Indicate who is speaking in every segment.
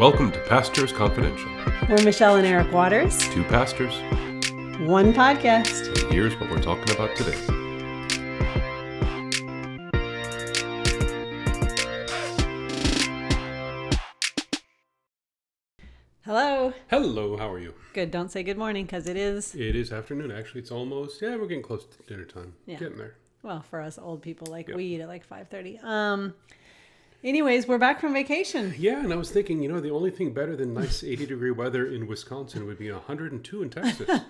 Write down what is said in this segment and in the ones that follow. Speaker 1: Welcome to Pastors Confidential.
Speaker 2: We're Michelle and Eric Waters,
Speaker 1: Two pastors,
Speaker 2: one podcast.
Speaker 1: and here's what we're talking about today.
Speaker 2: Hello.
Speaker 1: Hello, how are you?
Speaker 2: Good. Don't say good morning because it is,
Speaker 1: It is afternoon, actually. It's almost, yeah, we're getting close to dinner time.
Speaker 2: Yeah.
Speaker 1: Getting there.
Speaker 2: well, for us old people, like
Speaker 1: Yep.
Speaker 2: we eat at like 5.30. Um, anyways, we're back from vacation.
Speaker 1: Yeah, and I was thinking, you know, the only thing better than nice 80 degree weather in Wisconsin would be 102 in Texas.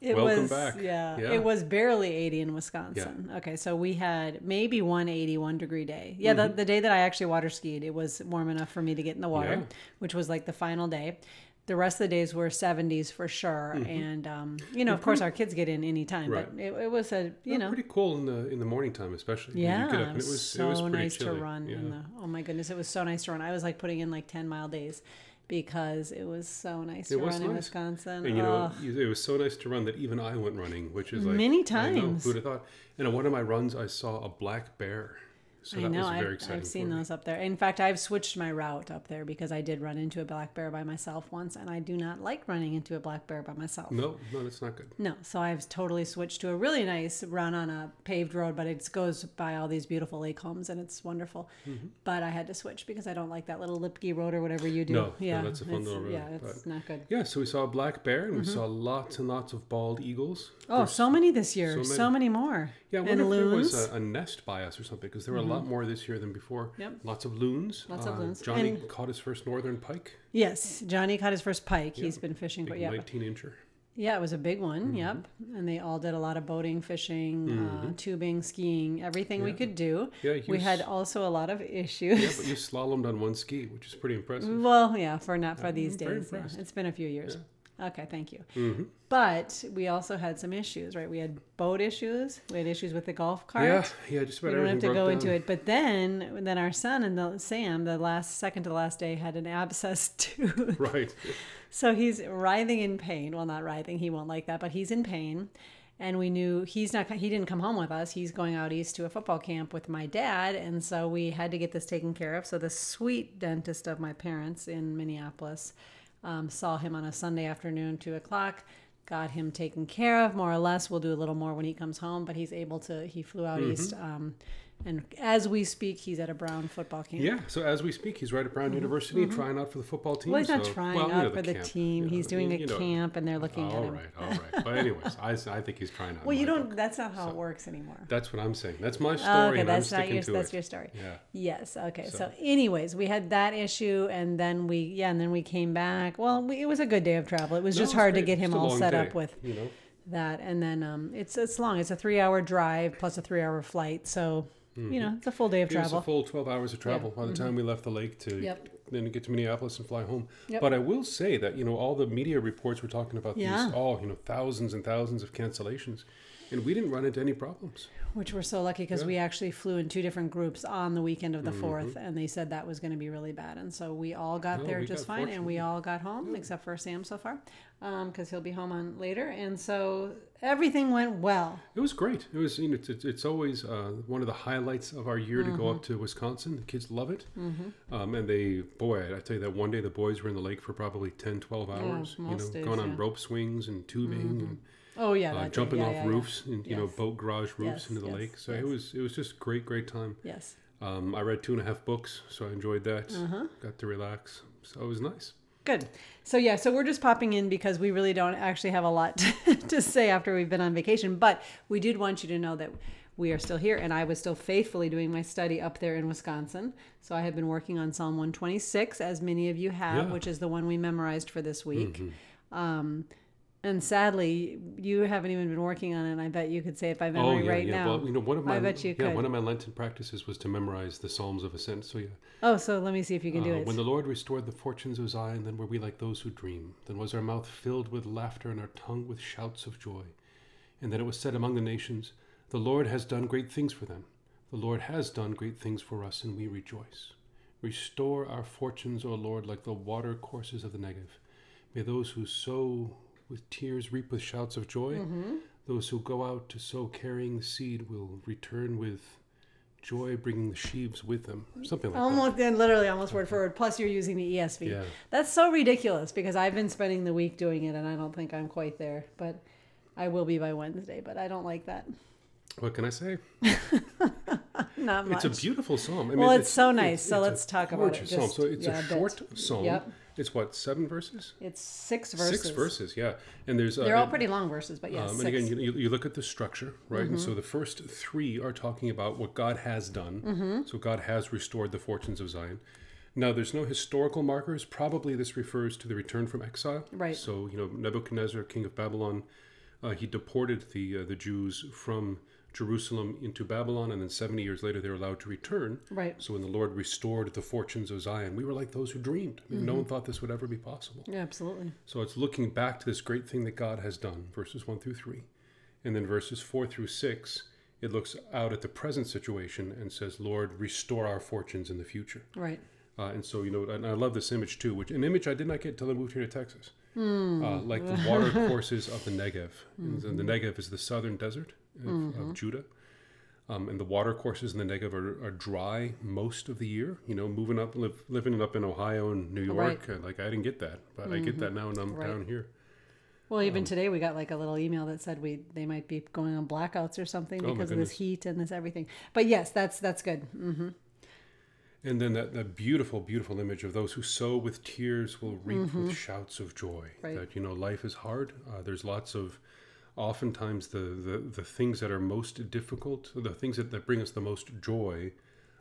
Speaker 2: It
Speaker 1: Welcome
Speaker 2: was,
Speaker 1: back.
Speaker 2: Yeah,
Speaker 1: Yeah.
Speaker 2: It was barely 80 in Wisconsin. Okay. So we had maybe one eighty one degree day. Yeah.
Speaker 1: Mm-hmm.
Speaker 2: The, the day that I actually water skied, it was warm enough for me to get in the water,
Speaker 1: Yeah.
Speaker 2: which was like the final day. The rest of the days were 70s for sure.
Speaker 1: Mm-hmm.
Speaker 2: And, um, you know, of course, our kids get in any time, but it, it was a, you know,
Speaker 1: pretty cool in the in the morning time, especially. You
Speaker 2: Yeah,
Speaker 1: get up
Speaker 2: it
Speaker 1: and
Speaker 2: was, so nice to run.
Speaker 1: Yeah.
Speaker 2: In the, oh my goodness, it was so nice to run. I was like putting in like ten mile days because it was so nice
Speaker 1: It
Speaker 2: to run
Speaker 1: was
Speaker 2: in
Speaker 1: nice.
Speaker 2: Wisconsin.
Speaker 1: And you know,
Speaker 2: Ugh.
Speaker 1: you- it was so nice to run that even I went running, which is like
Speaker 2: Many
Speaker 1: I know,
Speaker 2: times.
Speaker 1: who'd have thought? And on one of my runs, I saw a black bear. So
Speaker 2: I
Speaker 1: that
Speaker 2: know.
Speaker 1: was very
Speaker 2: I've,
Speaker 1: exciting.
Speaker 2: I've seen
Speaker 1: for me.
Speaker 2: those up there. In fact, I've switched my route up there because I did run into a black bear by myself once, and I do not like running into a black bear by myself.
Speaker 1: No, no, that's not good.
Speaker 2: No, so I've totally switched to a really nice run on a paved road, but it goes by all these beautiful lake homes and it's wonderful.
Speaker 1: Mm-hmm.
Speaker 2: But I had to switch because I don't like that little Lipke road or whatever you do.
Speaker 1: No, no, that's a fun
Speaker 2: it's-
Speaker 1: little road,
Speaker 2: Yeah, it's not good.
Speaker 1: Yeah, so we saw a black bear and we saw lots and lots of bald eagles.
Speaker 2: Mm-hmm. Oh, so many this year. So
Speaker 1: so
Speaker 2: many, more.
Speaker 1: Yeah, I
Speaker 2: and
Speaker 1: wonder if there
Speaker 2: loons. Mm-hmm.
Speaker 1: was a, a nest by us or something because there were a lot more this year than before.
Speaker 2: Yep.
Speaker 1: Lots of loons. Uh,
Speaker 2: Lots of loons.
Speaker 1: Johnny
Speaker 2: And-
Speaker 1: caught his first northern pike,
Speaker 2: yes, Johnny caught his first pike. He's been fishing, but
Speaker 1: big Mm-hmm.
Speaker 2: yeah,
Speaker 1: 19 incher.
Speaker 2: yeah, it was a big one. Yep, and they all did a lot of boating, fishing, uh, tubing, skiing, everything we could do.
Speaker 1: Mm-hmm. Yeah, he
Speaker 2: we had
Speaker 1: was-
Speaker 2: also a lot of issues.
Speaker 1: Yeah, but you slalomed on one ski, which is pretty impressive.
Speaker 2: Well, yeah, for not for these
Speaker 1: very
Speaker 2: days. yeah.
Speaker 1: impressed.
Speaker 2: It's been a few years. Okay, thank you.
Speaker 1: Mm-hmm.
Speaker 2: But we also had some issues, right? We had boat issues. We had issues with the golf cart.
Speaker 1: Yeah, yeah, just about
Speaker 2: We don't
Speaker 1: everything
Speaker 2: have to
Speaker 1: broke
Speaker 2: go
Speaker 1: down.
Speaker 2: into it. But then, then our son and the, Sam, the last second to the last day, had an abscess tooth.
Speaker 1: Right.
Speaker 2: So he's writhing in pain. Well, not writhing. He won't like that, but he's in pain. And we knew he's not. He didn't come home with us. He's going out east to a football camp with my dad, and so we had to get this taken care of. So the sweet dentist of my parents in Minneapolis um, saw him on a Sunday afternoon, two o'clock. Got him taken care of, more or less. We'll do a little more when he comes home, but he's able to. He flew
Speaker 1: Mm-hmm.
Speaker 2: out east, um, and as we speak, he's at a Brown football camp.
Speaker 1: Yeah, so as we speak, he's right at Brown University trying out for the football team.
Speaker 2: Mm-hmm. Well, he's not
Speaker 1: so-
Speaker 2: trying
Speaker 1: well, you
Speaker 2: out
Speaker 1: know,
Speaker 2: for the
Speaker 1: camp,
Speaker 2: team.
Speaker 1: you know,
Speaker 2: he's doing
Speaker 1: you-
Speaker 2: a
Speaker 1: you know,
Speaker 2: camp, and they're looking at
Speaker 1: All
Speaker 2: him.
Speaker 1: right, all right. But anyways, I, I think he's trying out.
Speaker 2: Well,
Speaker 1: in
Speaker 2: you
Speaker 1: my
Speaker 2: don't. That's not how it works anymore. Oh,
Speaker 1: That's what I'm saying. That's my story.
Speaker 2: okay,
Speaker 1: and
Speaker 2: that's
Speaker 1: I'm
Speaker 2: not
Speaker 1: sticking
Speaker 2: your.
Speaker 1: to
Speaker 2: That's
Speaker 1: it.
Speaker 2: your story.
Speaker 1: Yeah.
Speaker 2: Yes. Okay. So. anyways, we had that issue, and then we, yeah, and then we came back. Well, we, it was a good day of travel. It was
Speaker 1: No,
Speaker 2: just
Speaker 1: it's
Speaker 2: hard
Speaker 1: great.
Speaker 2: to get him
Speaker 1: Just a
Speaker 2: all
Speaker 1: long
Speaker 2: set
Speaker 1: day,
Speaker 2: up with
Speaker 1: You know,
Speaker 2: that, and then um, it's it's long. It's a three-hour drive plus a three-hour flight, so
Speaker 1: Mm-hmm.
Speaker 2: you know it's a full day of
Speaker 1: Hmm. it was a
Speaker 2: travel. Mm-hmm.
Speaker 1: full 12 hours of travel by the time we left the lake to
Speaker 2: Yep.
Speaker 1: then get to Minneapolis and fly home.
Speaker 2: Yep.
Speaker 1: But I will say that, you know, all the media reports were talking about
Speaker 2: Yeah.
Speaker 1: these, all, you know, thousands and thousands of cancellations. And we didn't run into any problems.
Speaker 2: which we're so lucky because we actually flew in two different groups on the weekend
Speaker 1: Mm-hmm.
Speaker 2: of the 4th and they said that was going to be really bad and so we all got
Speaker 1: No,
Speaker 2: there
Speaker 1: we
Speaker 2: just
Speaker 1: got
Speaker 2: fine and we all got home except for sam so far because he'll be home on later and so everything went well
Speaker 1: It was great. It was, you know, it's, it's, it's always uh, one of the highlights of our year to go
Speaker 2: Mm-hmm.
Speaker 1: up to Wisconsin. The kids love it. Um, and they, boy, I tell you that one day the boys were in the lake for probably 10, 12 hours, you know,
Speaker 2: most days,
Speaker 1: going on
Speaker 2: yeah.
Speaker 1: rope swings and tubing and
Speaker 2: oh yeah
Speaker 1: uh,
Speaker 2: that day.
Speaker 1: jumping
Speaker 2: Yeah,
Speaker 1: off
Speaker 2: yeah, yeah.
Speaker 1: roofs and, you know,
Speaker 2: Yes.
Speaker 1: boat garage roofs
Speaker 2: Yes,
Speaker 1: into the
Speaker 2: yes,
Speaker 1: lake. So it
Speaker 2: yes.
Speaker 1: was, it was just great, great time.
Speaker 2: yes
Speaker 1: Um, I read two and a half books, so I enjoyed that.
Speaker 2: Uh-huh.
Speaker 1: Got to relax. So it was nice.
Speaker 2: Good. So yeah, so we're just popping in because we really don't actually have a lot to, to say after we've been on vacation, but we did want you to know that we are still here and I was still faithfully doing my study up there in Wisconsin. So I have been working on Psalm 126 as many of you have,
Speaker 1: Yeah. Mm-hmm.
Speaker 2: which is the one we memorized for this week. Um and sadly, you haven't even been working on it. and I bet you could say it by memory right now.
Speaker 1: Oh, Well, you know, one of my
Speaker 2: I bet you
Speaker 1: yeah,
Speaker 2: could.
Speaker 1: one of my Lenten practices was to memorize the Psalms of Ascent. So yeah,
Speaker 2: oh, so let me see if you can do
Speaker 1: Uh,
Speaker 2: it.
Speaker 1: when the Lord restored the fortunes of Zion, then were we like those who dream. Then was our mouth filled with laughter and our tongue with shouts of joy. And then it was said among the nations, The Lord has done great things for them. The Lord has done great things for us, and we rejoice. Restore our fortunes, O Lord, like the water courses of the Negev. May those who sow with tears reap with shouts
Speaker 2: Mm-hmm.
Speaker 1: of joy. Those who go out to sow carrying the seed will return with joy bringing the sheaves with them, or something like that.
Speaker 2: Almost, then literally almost word for word. Plus, you're using the E ESV.
Speaker 1: Yeah.
Speaker 2: That's so ridiculous because I've been spending the week doing it, and I don't think I'm quite there. But I will be by Wednesday. But I don't like that.
Speaker 1: What can I say?
Speaker 2: Not much.
Speaker 1: It's a beautiful psalm. I
Speaker 2: Well, it's so nice, so
Speaker 1: a
Speaker 2: let's talk about it
Speaker 1: gorgeous Psalm.
Speaker 2: just-
Speaker 1: So it's
Speaker 2: yeah, a
Speaker 1: a
Speaker 2: bit.
Speaker 1: short psalm.
Speaker 2: Yep.
Speaker 1: It's what seven verses,
Speaker 2: it's six verses.
Speaker 1: six verses. Yeah, and there's uh,
Speaker 2: They're all
Speaker 1: and-
Speaker 2: pretty long verses, but yes,
Speaker 1: Um, and
Speaker 2: six. Mm-hmm.
Speaker 1: again, you, you look at the structure, right? And so the first three are talking about what God has done.
Speaker 2: Mm-hmm.
Speaker 1: So God has restored the fortunes of Zion. Now, there's no historical markers. Probably this refers to the return from exile.
Speaker 2: Right.
Speaker 1: So, you know, Nebuchadnezzar, king of Babylon, uh, he deported the, uh, the Jews from Jerusalem into Babylon, and then 70 years later, they were allowed to return.
Speaker 2: Right.
Speaker 1: So, when the Lord restored the fortunes of Zion, we were like those who dreamed. I mean, No
Speaker 2: Mm-hmm.
Speaker 1: one thought this would ever be possible.
Speaker 2: Yeah, absolutely.
Speaker 1: So it's looking back to this great thing that God has done, verses 1 through 3. And then verses 4 through 6, it looks out at the present situation and says, Lord, restore our fortunes in the future.
Speaker 2: Right.
Speaker 1: Uh, and so, you know, and I love this image too, which an image I did not get until I moved here to Texas.
Speaker 2: Hmm.
Speaker 1: Uh, like the water courses of the Negev. And the
Speaker 2: Mm-hmm.
Speaker 1: Negev is the southern desert of, of Judah. Um, and the water courses in the Negev are, are dry most of the year. You know, moving up, live, living up in Ohio and New York,
Speaker 2: Right. Mm-hmm.
Speaker 1: uh, like I didn't get that, but I get that now, and I'm
Speaker 2: Right.
Speaker 1: down here.
Speaker 2: Well, even
Speaker 1: Um,
Speaker 2: today we got like a little email that said we they might be going on blackouts or something
Speaker 1: Oh my
Speaker 2: because of this
Speaker 1: goodness.
Speaker 2: heat and this everything. But yes, that's that's good. Mm-hmm.
Speaker 1: And then that, that beautiful, beautiful image of those who sow with tears will reap with shouts of joy.
Speaker 2: Right.
Speaker 1: That, you know, life is hard. Uh, there's lots of, oftentimes, the, the, the things that are most difficult, the things that, that bring us the most joy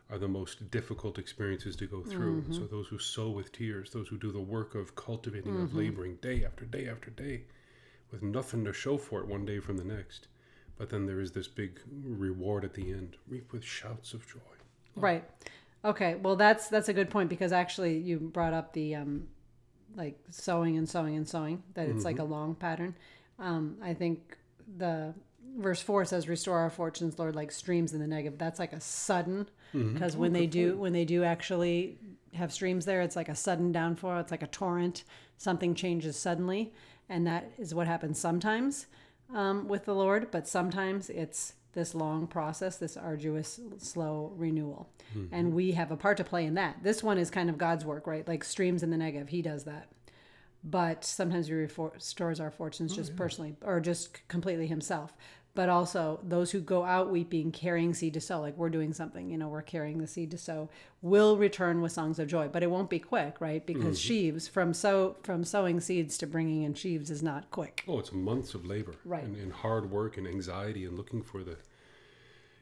Speaker 1: are the most difficult experiences to go through. So those who sow with tears, those who do the work of cultivating, of laboring day after day after day with nothing to show for it one day from the next. But then there is this big reward at the end reap with shouts of joy.
Speaker 2: Right. Okay. Well, that's that's a good point because actually you brought up the um, like sewing and sewing and sewing that it's like a long pattern. Um, I think the verse four says, "Restore our fortunes, Lord, like streams in the Negev." That's like a sudden because when they do when they do actually have streams there, it's like a sudden downfall. It's like a torrent. Something changes suddenly, and that is what happens sometimes um, with the Lord, but sometimes it's this long process, this arduous, slow renewal. And we have a part to play in that. This one is kind of God's work, right? Like streams in the negative, He does that. But sometimes He refor- restores our fortunes just personally or just c- completely Himself. But also, those who go out weeping, carrying seed to sow, like we're doing something, you know, we're carrying the seed to sow, will return with songs of joy. But it won't be quick, right? Because sheaves from sow from sowing seeds to bringing in sheaves is not quick.
Speaker 1: Oh, it's months of labor,
Speaker 2: Right.
Speaker 1: And, and hard work and anxiety and looking for the,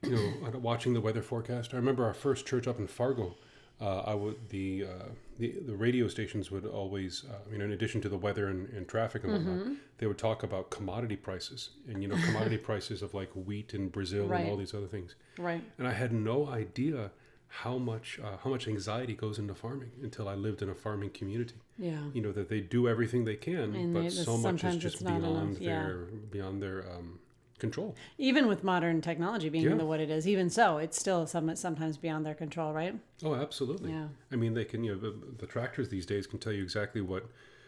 Speaker 1: you know, watching the weather forecast. I remember our first church up in Fargo. Uh, I would the, uh, the the radio stations would always, uh, you know, in addition to the weather and, and traffic and whatnot,
Speaker 2: Mm-hmm.
Speaker 1: they would talk about commodity prices and you know commodity prices of like wheat in Brazil and all
Speaker 2: Right.
Speaker 1: these other things.
Speaker 2: Right.
Speaker 1: And I had no idea how much uh, how much anxiety goes into farming until I lived in a farming community
Speaker 2: Yeah.
Speaker 1: you know that they do everything they can,
Speaker 2: And
Speaker 1: but
Speaker 2: they-
Speaker 1: so much is
Speaker 2: sometimes
Speaker 1: just
Speaker 2: it's not
Speaker 1: beyond
Speaker 2: enough, yeah.
Speaker 1: their beyond their um, control.
Speaker 2: even with modern technology being
Speaker 1: Yeah.
Speaker 2: the what it is, even so, it's still some, sometimes beyond their control, right?
Speaker 1: Oh, absolutely.
Speaker 2: Yeah.
Speaker 1: I mean, they can. You know, the, the tractors these days can tell you exactly what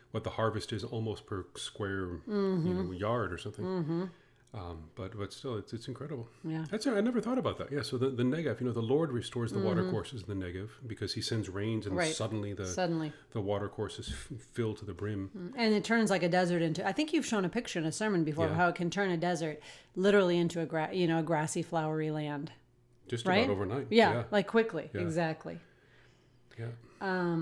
Speaker 1: what the harvest is almost per square you
Speaker 2: Mm-hmm.
Speaker 1: know, yard or something. Um, but but still, it's it's incredible.
Speaker 2: Yeah.
Speaker 1: That's I never thought about that. Yeah. So the, the Negev, you know, the Lord restores the water courses in the Negev because He sends rains and
Speaker 2: Mm-hmm. Right.
Speaker 1: suddenly the
Speaker 2: Suddenly,
Speaker 1: the water courses f- fill to the brim.
Speaker 2: and it turns like a desert into. I think you've shown a picture in a sermon before
Speaker 1: Yeah.
Speaker 2: of how it can turn a desert literally into a gra- you know a grassy, flowery land.
Speaker 1: Just
Speaker 2: Right?
Speaker 1: about overnight.
Speaker 2: Yeah, like quickly,
Speaker 1: Yeah.
Speaker 2: exactly. Um,
Speaker 1: yeah. yeah.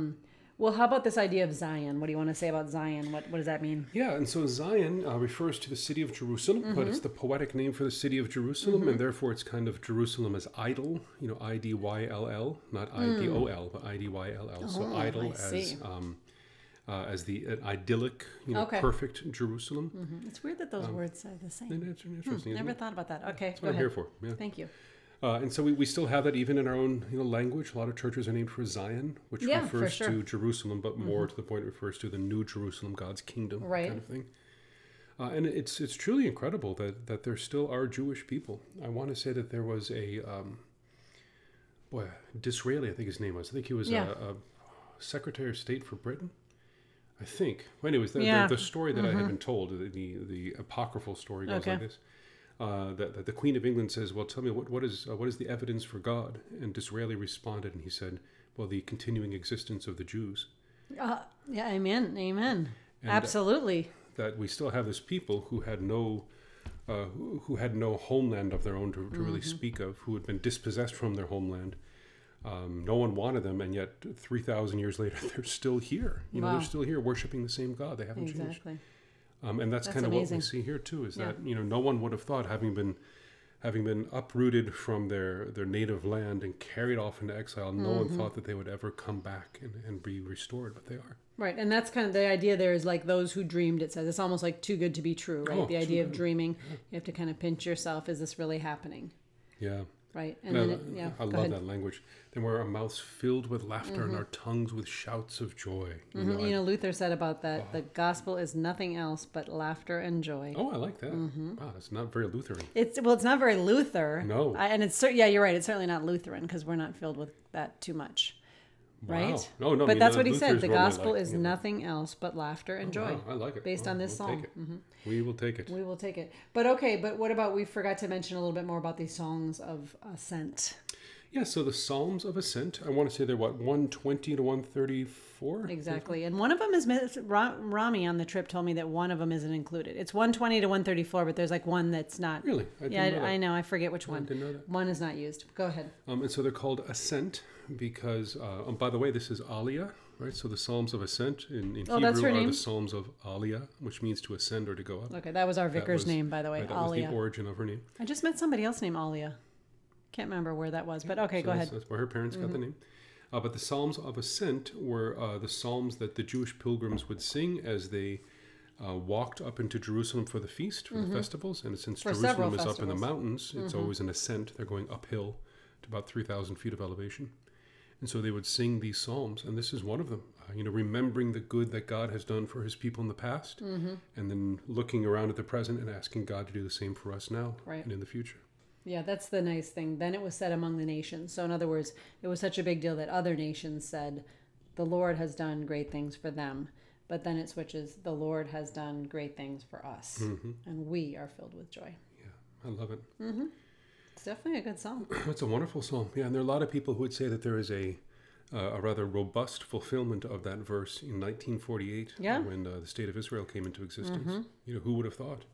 Speaker 2: Well, how about this idea of Zion? What do you want to say about Zion? What what does that mean?
Speaker 1: Yeah, and so Zion uh, refers to the city of Jerusalem, but
Speaker 2: Mm-hmm.
Speaker 1: it's the poetic name for the city of Jerusalem, and therefore it's kind of Jerusalem as idol, you know, I D Y L L, not I D O L, but I D Y L L. So
Speaker 2: Hmm. Oh,
Speaker 1: idol
Speaker 2: I
Speaker 1: as
Speaker 2: see.
Speaker 1: um, uh, as the uh, idyllic, you know,
Speaker 2: Okay.
Speaker 1: perfect Jerusalem.
Speaker 2: Mm-hmm. It's weird that those
Speaker 1: Um,
Speaker 2: words are the same.
Speaker 1: And that's interesting. isn't
Speaker 2: Hmm, Never
Speaker 1: it?
Speaker 2: thought about that. Okay,
Speaker 1: That's
Speaker 2: go
Speaker 1: what I'm
Speaker 2: ahead.
Speaker 1: here for. Yeah.
Speaker 2: Thank you.
Speaker 1: Uh, and so we, we still have that even in our own you know, language. A lot of churches are named for Zion, which
Speaker 2: Yeah, for
Speaker 1: refers to
Speaker 2: sure. Mm-hmm.
Speaker 1: Jerusalem, but more to the point, refers to the New Jerusalem, God's kingdom,
Speaker 2: Right.
Speaker 1: kind of thing. Uh, and it's it's truly incredible that that there still are Jewish people. I want to say that there was a um, boy Disraeli, I think his name was. I think he was
Speaker 2: Yeah.
Speaker 1: a, a Secretary of State for Britain. I think. Well, anyways, the,
Speaker 2: Yeah.
Speaker 1: the, the story that I had been told, the, the the apocryphal story goes
Speaker 2: Mm-hmm. Okay.
Speaker 1: like this. uh, that, that the Queen of England says, "Well, tell me what what is uh, what is the evidence for God?" And Disraeli responded, and he said, "Well, the continuing existence of the Jews."
Speaker 2: Uh, yeah, amen, amen.
Speaker 1: And, uh,
Speaker 2: Absolutely.
Speaker 1: That we still have this people who had no. Uh, who, who had no homeland of their own to, to
Speaker 2: Mm-hmm.
Speaker 1: really speak of, who had been dispossessed from their homeland. Um, no one wanted them, and yet 3,000 years later, they're still here. You know,
Speaker 2: Wow.
Speaker 1: they're still here worshiping the same God. They haven't changed.
Speaker 2: Exactly.
Speaker 1: Um, and that's,
Speaker 2: That's
Speaker 1: kind of what we
Speaker 2: amazing.
Speaker 1: see here too. Is
Speaker 2: Yeah.
Speaker 1: that you know no one would have thought having been having been uprooted from their their native land and carried off into exile, no
Speaker 2: Mm-hmm.
Speaker 1: one thought that they would ever come back and, and be restored, but they are.
Speaker 2: Right, and that's kind of the idea. There is like those who dreamed. It says it's almost like too good to be true, right?
Speaker 1: Oh,
Speaker 2: the
Speaker 1: too
Speaker 2: idea of
Speaker 1: good.
Speaker 2: dreaming, you have to kind of pinch yourself: is this really happening?
Speaker 1: Yeah,
Speaker 2: Right, and
Speaker 1: I,
Speaker 2: then it, yeah,
Speaker 1: I
Speaker 2: go
Speaker 1: love
Speaker 2: ahead.
Speaker 1: that language. Then were our mouths filled with laughter and our tongues with shouts of joy. You know,
Speaker 2: Mhm,
Speaker 1: I-
Speaker 2: You know, Luther said about that: the gospel is nothing else but laughter and joy.
Speaker 1: oh, I like that.
Speaker 2: Mm-hmm.
Speaker 1: Wow, that's not very Lutheran.
Speaker 2: It's well, it's not very Luther.
Speaker 1: No.
Speaker 2: I, and it's cer- yeah, you're right. It's certainly not Lutheran because we're not filled with that too much, right?
Speaker 1: Wow. No, no. I
Speaker 2: but
Speaker 1: mean,
Speaker 2: that's
Speaker 1: the
Speaker 2: what he said.
Speaker 1: Lutherans
Speaker 2: The
Speaker 1: normally
Speaker 2: gospel
Speaker 1: like,
Speaker 2: is
Speaker 1: you know,
Speaker 2: nothing else but laughter and joy.
Speaker 1: Oh, wow, I like it.
Speaker 2: based
Speaker 1: Wow,
Speaker 2: on this
Speaker 1: we'll
Speaker 2: song. Mm-hmm.
Speaker 1: take it. We will take it.
Speaker 2: We will take it. But okay, but what about we forgot to mention a little bit more about the songs of ascent?
Speaker 1: Yeah, so the Psalms of Ascent, I want to say they're what, 120 to 134?
Speaker 2: Exactly. And one of them is mis- Ra- Rami on the trip told me that one of them isn't included. It's 120 to 134, but there's like one that's not.
Speaker 1: Really? I didn't
Speaker 2: yeah,
Speaker 1: know that.
Speaker 2: I, I know. I forget which one.
Speaker 1: didn't know that.
Speaker 2: One is not used. Go ahead.
Speaker 1: Um, and so they're called Ascent because, uh, and by the way, this is Aliyah, right? So the Psalms of Ascent in, in
Speaker 2: Oh, that's
Speaker 1: Hebrew
Speaker 2: her
Speaker 1: are
Speaker 2: name?
Speaker 1: the Psalms of Aliyah, which means to ascend or to go up.
Speaker 2: Okay, that was our
Speaker 1: That
Speaker 2: vicar's
Speaker 1: was-
Speaker 2: name, by the way,
Speaker 1: right, that was
Speaker 2: Alia.
Speaker 1: the origin of her name.
Speaker 2: I just met somebody else named Alia. Can't remember where that was, but okay,
Speaker 1: So
Speaker 2: go
Speaker 1: that's,
Speaker 2: ahead. Mm-hmm.
Speaker 1: That's where her parents got the name. Uh, but the Psalms of Ascent were uh, the psalms that the Jewish pilgrims would sing as they uh, walked up into Jerusalem for the feast, for the festivals. And since
Speaker 2: Mm-hmm. For several
Speaker 1: Jerusalem is up in the
Speaker 2: festivals. Mm-hmm.
Speaker 1: mountains, it's always an ascent. They're going uphill to about 3,000 feet of elevation. And so they would sing these psalms, and this is one of them. Uh, you know, remembering the good that God has done for his people in the past,
Speaker 2: Mm-hmm.
Speaker 1: and then looking around at the present and asking God to do the same for us now
Speaker 2: Right.
Speaker 1: and in the future.
Speaker 2: Yeah, that's the nice thing. Then it was said among the nations. So, in other words, it was such a big deal that other nations said, The Lord has done great things for them. But then it switches, The Lord has done great things for us.
Speaker 1: Mm-hmm.
Speaker 2: And we are filled with joy.
Speaker 1: Yeah, I love it.
Speaker 2: It's definitely a good song.
Speaker 1: That's a wonderful psalm. Yeah, and there are a lot of people who would say that there is a uh, a rather robust fulfillment of that verse in 1948
Speaker 2: Yeah. Mm-hmm.
Speaker 1: when uh, the state of Israel came into existence. You know, who would have thought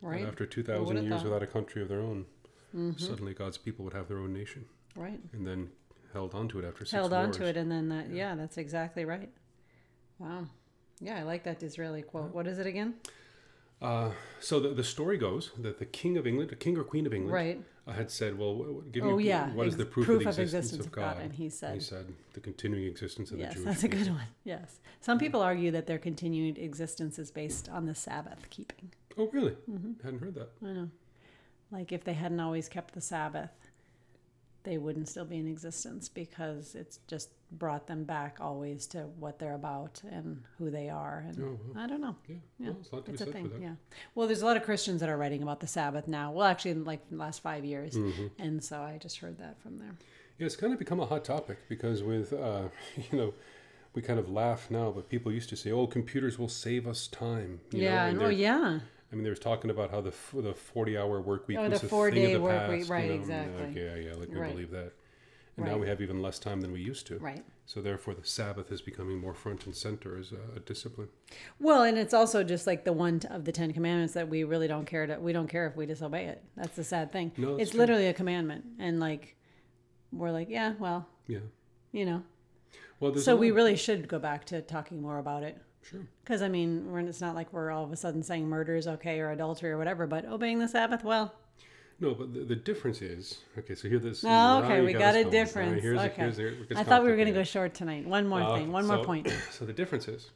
Speaker 2: Right?
Speaker 1: that after
Speaker 2: Who would
Speaker 1: 2,000
Speaker 2: have
Speaker 1: years
Speaker 2: thought? Mm-hmm.
Speaker 1: without a country of their own, suddenly God's people would have their own nation
Speaker 2: Right.
Speaker 1: and then held on to it after six
Speaker 2: Held on to
Speaker 1: wars.
Speaker 2: it. And then that, yeah. that's exactly right. Wow. Yeah, I like that Disraeli quote. What is it again?
Speaker 1: Uh, so the, the story goes that the king of England, the king or queen of England,
Speaker 2: Right.
Speaker 1: uh, had said, "Well, w- w- give me
Speaker 2: Oh,
Speaker 1: proof-
Speaker 2: yeah.
Speaker 1: what is
Speaker 2: Ex-
Speaker 1: the proof, of the existence, of, God?"
Speaker 2: And he said-
Speaker 1: "The continuing existence of
Speaker 2: Yes,
Speaker 1: the Jewish."
Speaker 2: that's a
Speaker 1: people.
Speaker 2: good one. Yes. Some people argue that their continued existence is based on the Sabbath keeping.
Speaker 1: Oh, really? Hadn't heard that.
Speaker 2: I know. Like if they hadn't always kept the Sabbath, they wouldn't still be in existence because it's just brought them back always to what they're about and who they are. And
Speaker 1: Oh, wow.
Speaker 2: I don't know.
Speaker 1: Yeah,
Speaker 2: Yeah,
Speaker 1: well, it's a lot to
Speaker 2: it's
Speaker 1: be
Speaker 2: a
Speaker 1: said for that.
Speaker 2: thing. Yeah. Well, there's a lot of Christians that are writing about the Sabbath now. Well, actually, in like the last five years.
Speaker 1: Mm.
Speaker 2: And so I just heard that from there.
Speaker 1: Yeah, it's kind of become a hot topic because with uh, you know, we kind of laugh now, but people used to say, "Oh, computers will save us time." You
Speaker 2: yeah.
Speaker 1: know? and
Speaker 2: oh,
Speaker 1: they're-
Speaker 2: yeah.
Speaker 1: I mean, they were talking about how the f- the forty hour work week
Speaker 2: Or
Speaker 1: was
Speaker 2: Oh, the
Speaker 1: a
Speaker 2: four-day
Speaker 1: thing of the
Speaker 2: work
Speaker 1: past,
Speaker 2: week,
Speaker 1: you
Speaker 2: right,
Speaker 1: know, and
Speaker 2: exactly.
Speaker 1: Like, yeah, yeah, like we
Speaker 2: Right.
Speaker 1: believe that. And now
Speaker 2: Right.
Speaker 1: we have even less time than we used to.
Speaker 2: Right.
Speaker 1: So therefore, the Sabbath is becoming more front and center as a, a discipline.
Speaker 2: Well, and it's also just like the one t- of the Ten Commandments that we really don't care to. We don't care if we disobey it. That's the sad thing.
Speaker 1: No, that's
Speaker 2: it's
Speaker 1: true.
Speaker 2: literally a commandment, and like we're like, yeah, well,
Speaker 1: Yeah.
Speaker 2: you know.
Speaker 1: Well, there's
Speaker 2: so we
Speaker 1: another-
Speaker 2: really should go back to talking more about it,
Speaker 1: sure.
Speaker 2: because I mean, we're, it's not like we're all of a sudden saying murder is okay or adultery or whatever, but obeying the Sabbath, well,
Speaker 1: No, but the, the difference is okay. So here this.
Speaker 2: Oh,
Speaker 1: now
Speaker 2: okay,
Speaker 1: you
Speaker 2: we
Speaker 1: got us
Speaker 2: got a
Speaker 1: going. Now
Speaker 2: difference.
Speaker 1: here's the-
Speaker 2: Okay.
Speaker 1: here's the- it gets
Speaker 2: I thought we were going to
Speaker 1: complicated.
Speaker 2: go short tonight. One more
Speaker 1: Uh,
Speaker 2: thing. One more
Speaker 1: so-
Speaker 2: point.
Speaker 1: So the difference is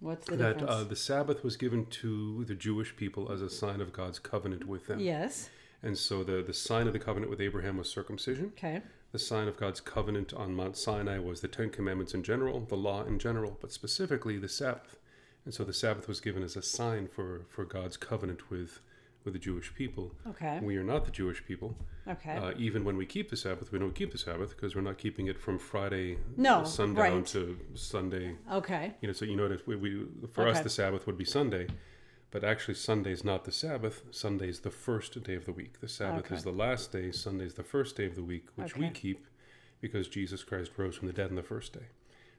Speaker 2: What's the
Speaker 1: that
Speaker 2: difference?
Speaker 1: uh, the Sabbath was given to the Jewish people as a sign of God's covenant with them.
Speaker 2: yes.
Speaker 1: And so the, the sign of the covenant with Abraham was circumcision.
Speaker 2: Okay.
Speaker 1: The sign of God's covenant on Mount Sinai was the Ten Commandments in general, the law in general, but specifically the Sabbath. And so the Sabbath was given as a sign for, for God's covenant with, with the Jewish people.
Speaker 2: Okay.
Speaker 1: We are not the Jewish people.
Speaker 2: Okay.
Speaker 1: Uh, even when we keep the Sabbath, we don't keep the Sabbath because we're not keeping it from Friday
Speaker 2: No,
Speaker 1: sundown
Speaker 2: right.
Speaker 1: to Sunday
Speaker 2: okay.
Speaker 1: you know, so you know that we, we for us
Speaker 2: Okay.
Speaker 1: the Sabbath would be Sunday, But actually, Sunday's not the Sabbath. Sunday's the first day of the week. The Sabbath
Speaker 2: Okay.
Speaker 1: is the last day. Sunday's the first day of the week, which we
Speaker 2: Okay.
Speaker 1: keep because Jesus Christ rose from the dead on the first day.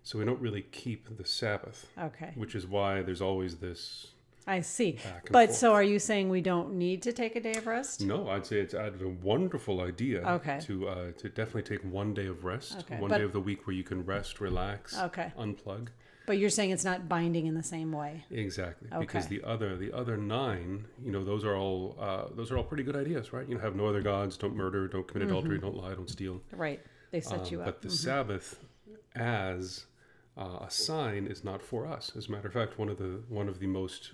Speaker 1: So we don't really keep the Sabbath,
Speaker 2: Okay.
Speaker 1: which is why there's always this
Speaker 2: I see.
Speaker 1: Back and
Speaker 2: But
Speaker 1: forth.
Speaker 2: so are you saying we don't need to take a day of rest?
Speaker 1: No, I'd say it's I'd- a wonderful idea.
Speaker 2: Okay.
Speaker 1: To uh, to definitely take one day of rest,
Speaker 2: Okay,
Speaker 1: one
Speaker 2: but-
Speaker 1: day of the week where you can rest, relax,
Speaker 2: Okay.
Speaker 1: unplug.
Speaker 2: But you're saying it's not binding in the same way.
Speaker 1: Exactly. Because
Speaker 2: Okay.
Speaker 1: the other the other nine, you know, those are all uh, those are all pretty good ideas, right? You know, have no other gods, don't murder, don't commit adultery, don't lie, don't steal.
Speaker 2: Right. They Mm-hmm. set
Speaker 1: Um,
Speaker 2: you
Speaker 1: but
Speaker 2: up. Mm-hmm.
Speaker 1: the Sabbath, as uh, a sign, is not for us. As a matter of fact, one of the one of the most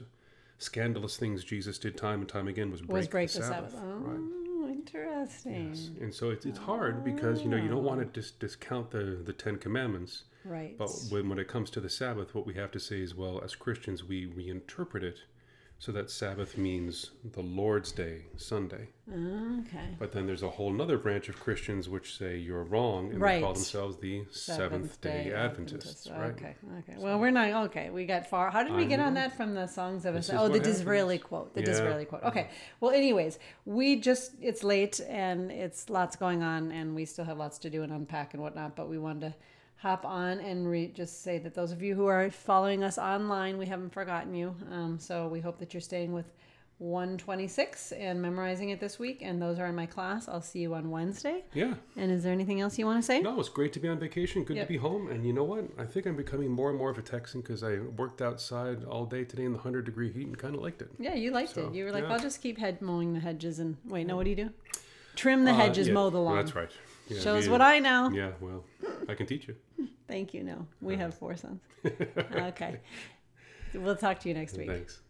Speaker 1: scandalous things Jesus did time and time again was break,
Speaker 2: was break
Speaker 1: the, Sabbath. Right.
Speaker 2: Oh, interesting.
Speaker 1: Yes. And so it's, it's hard because you know you don't want to
Speaker 2: Ah.
Speaker 1: dis- discount the the Ten Commandments,
Speaker 2: Right.
Speaker 1: but when when it comes to the Sabbath, what we have to say is, well, as Christians, we reinterpret it so that Sabbath means the Lord's Day, Sunday.
Speaker 2: okay.
Speaker 1: But then there's a whole nother branch of Christians which say you're wrong and they call
Speaker 2: Right.
Speaker 1: themselves the Seventh Day, Adventists, right?
Speaker 2: Okay. Okay. Well, we're not okay. We got far. How did
Speaker 1: I
Speaker 2: we get on
Speaker 1: know.
Speaker 2: that from the songs of
Speaker 1: This
Speaker 2: us?
Speaker 1: is
Speaker 2: Oh, the
Speaker 1: what
Speaker 2: Disraeli
Speaker 1: happens.
Speaker 2: quote. The
Speaker 1: Yeah.
Speaker 2: Disraeli quote. Okay. Well, anyways, we just it's late and it's lots going on and we still have lots to do and unpack and whatnot. But we wanted to hop on and re- just say that those of you who are following us online, we haven't forgotten you. Um, so we hope that you're staying with. 126 and memorizing it this week and those are in my class i'll see you on wednesday
Speaker 1: Yeah.
Speaker 2: and is there anything else you want to say
Speaker 1: No, it's great to be on vacation. Good
Speaker 2: Yep.
Speaker 1: to be home. And you know what? I think I'm becoming more and more of a Texan because I worked outside all day today in the 100 degree heat and kind of liked it.
Speaker 2: Yeah, you liked
Speaker 1: So,
Speaker 2: it. You were like,
Speaker 1: yeah.
Speaker 2: I'll just keep head mowing the hedges and wait, no, what do you do? Trim the
Speaker 1: Uh,
Speaker 2: hedges,
Speaker 1: yeah,
Speaker 2: mow the lawn.
Speaker 1: That's right. Yeah,
Speaker 2: Shows
Speaker 1: yeah,
Speaker 2: what I know.
Speaker 1: Yeah, Uh-huh. well, I can teach you.
Speaker 2: Thank you. No, we have four sons. okay. We'll talk to you next Uh, week.
Speaker 1: Thanks.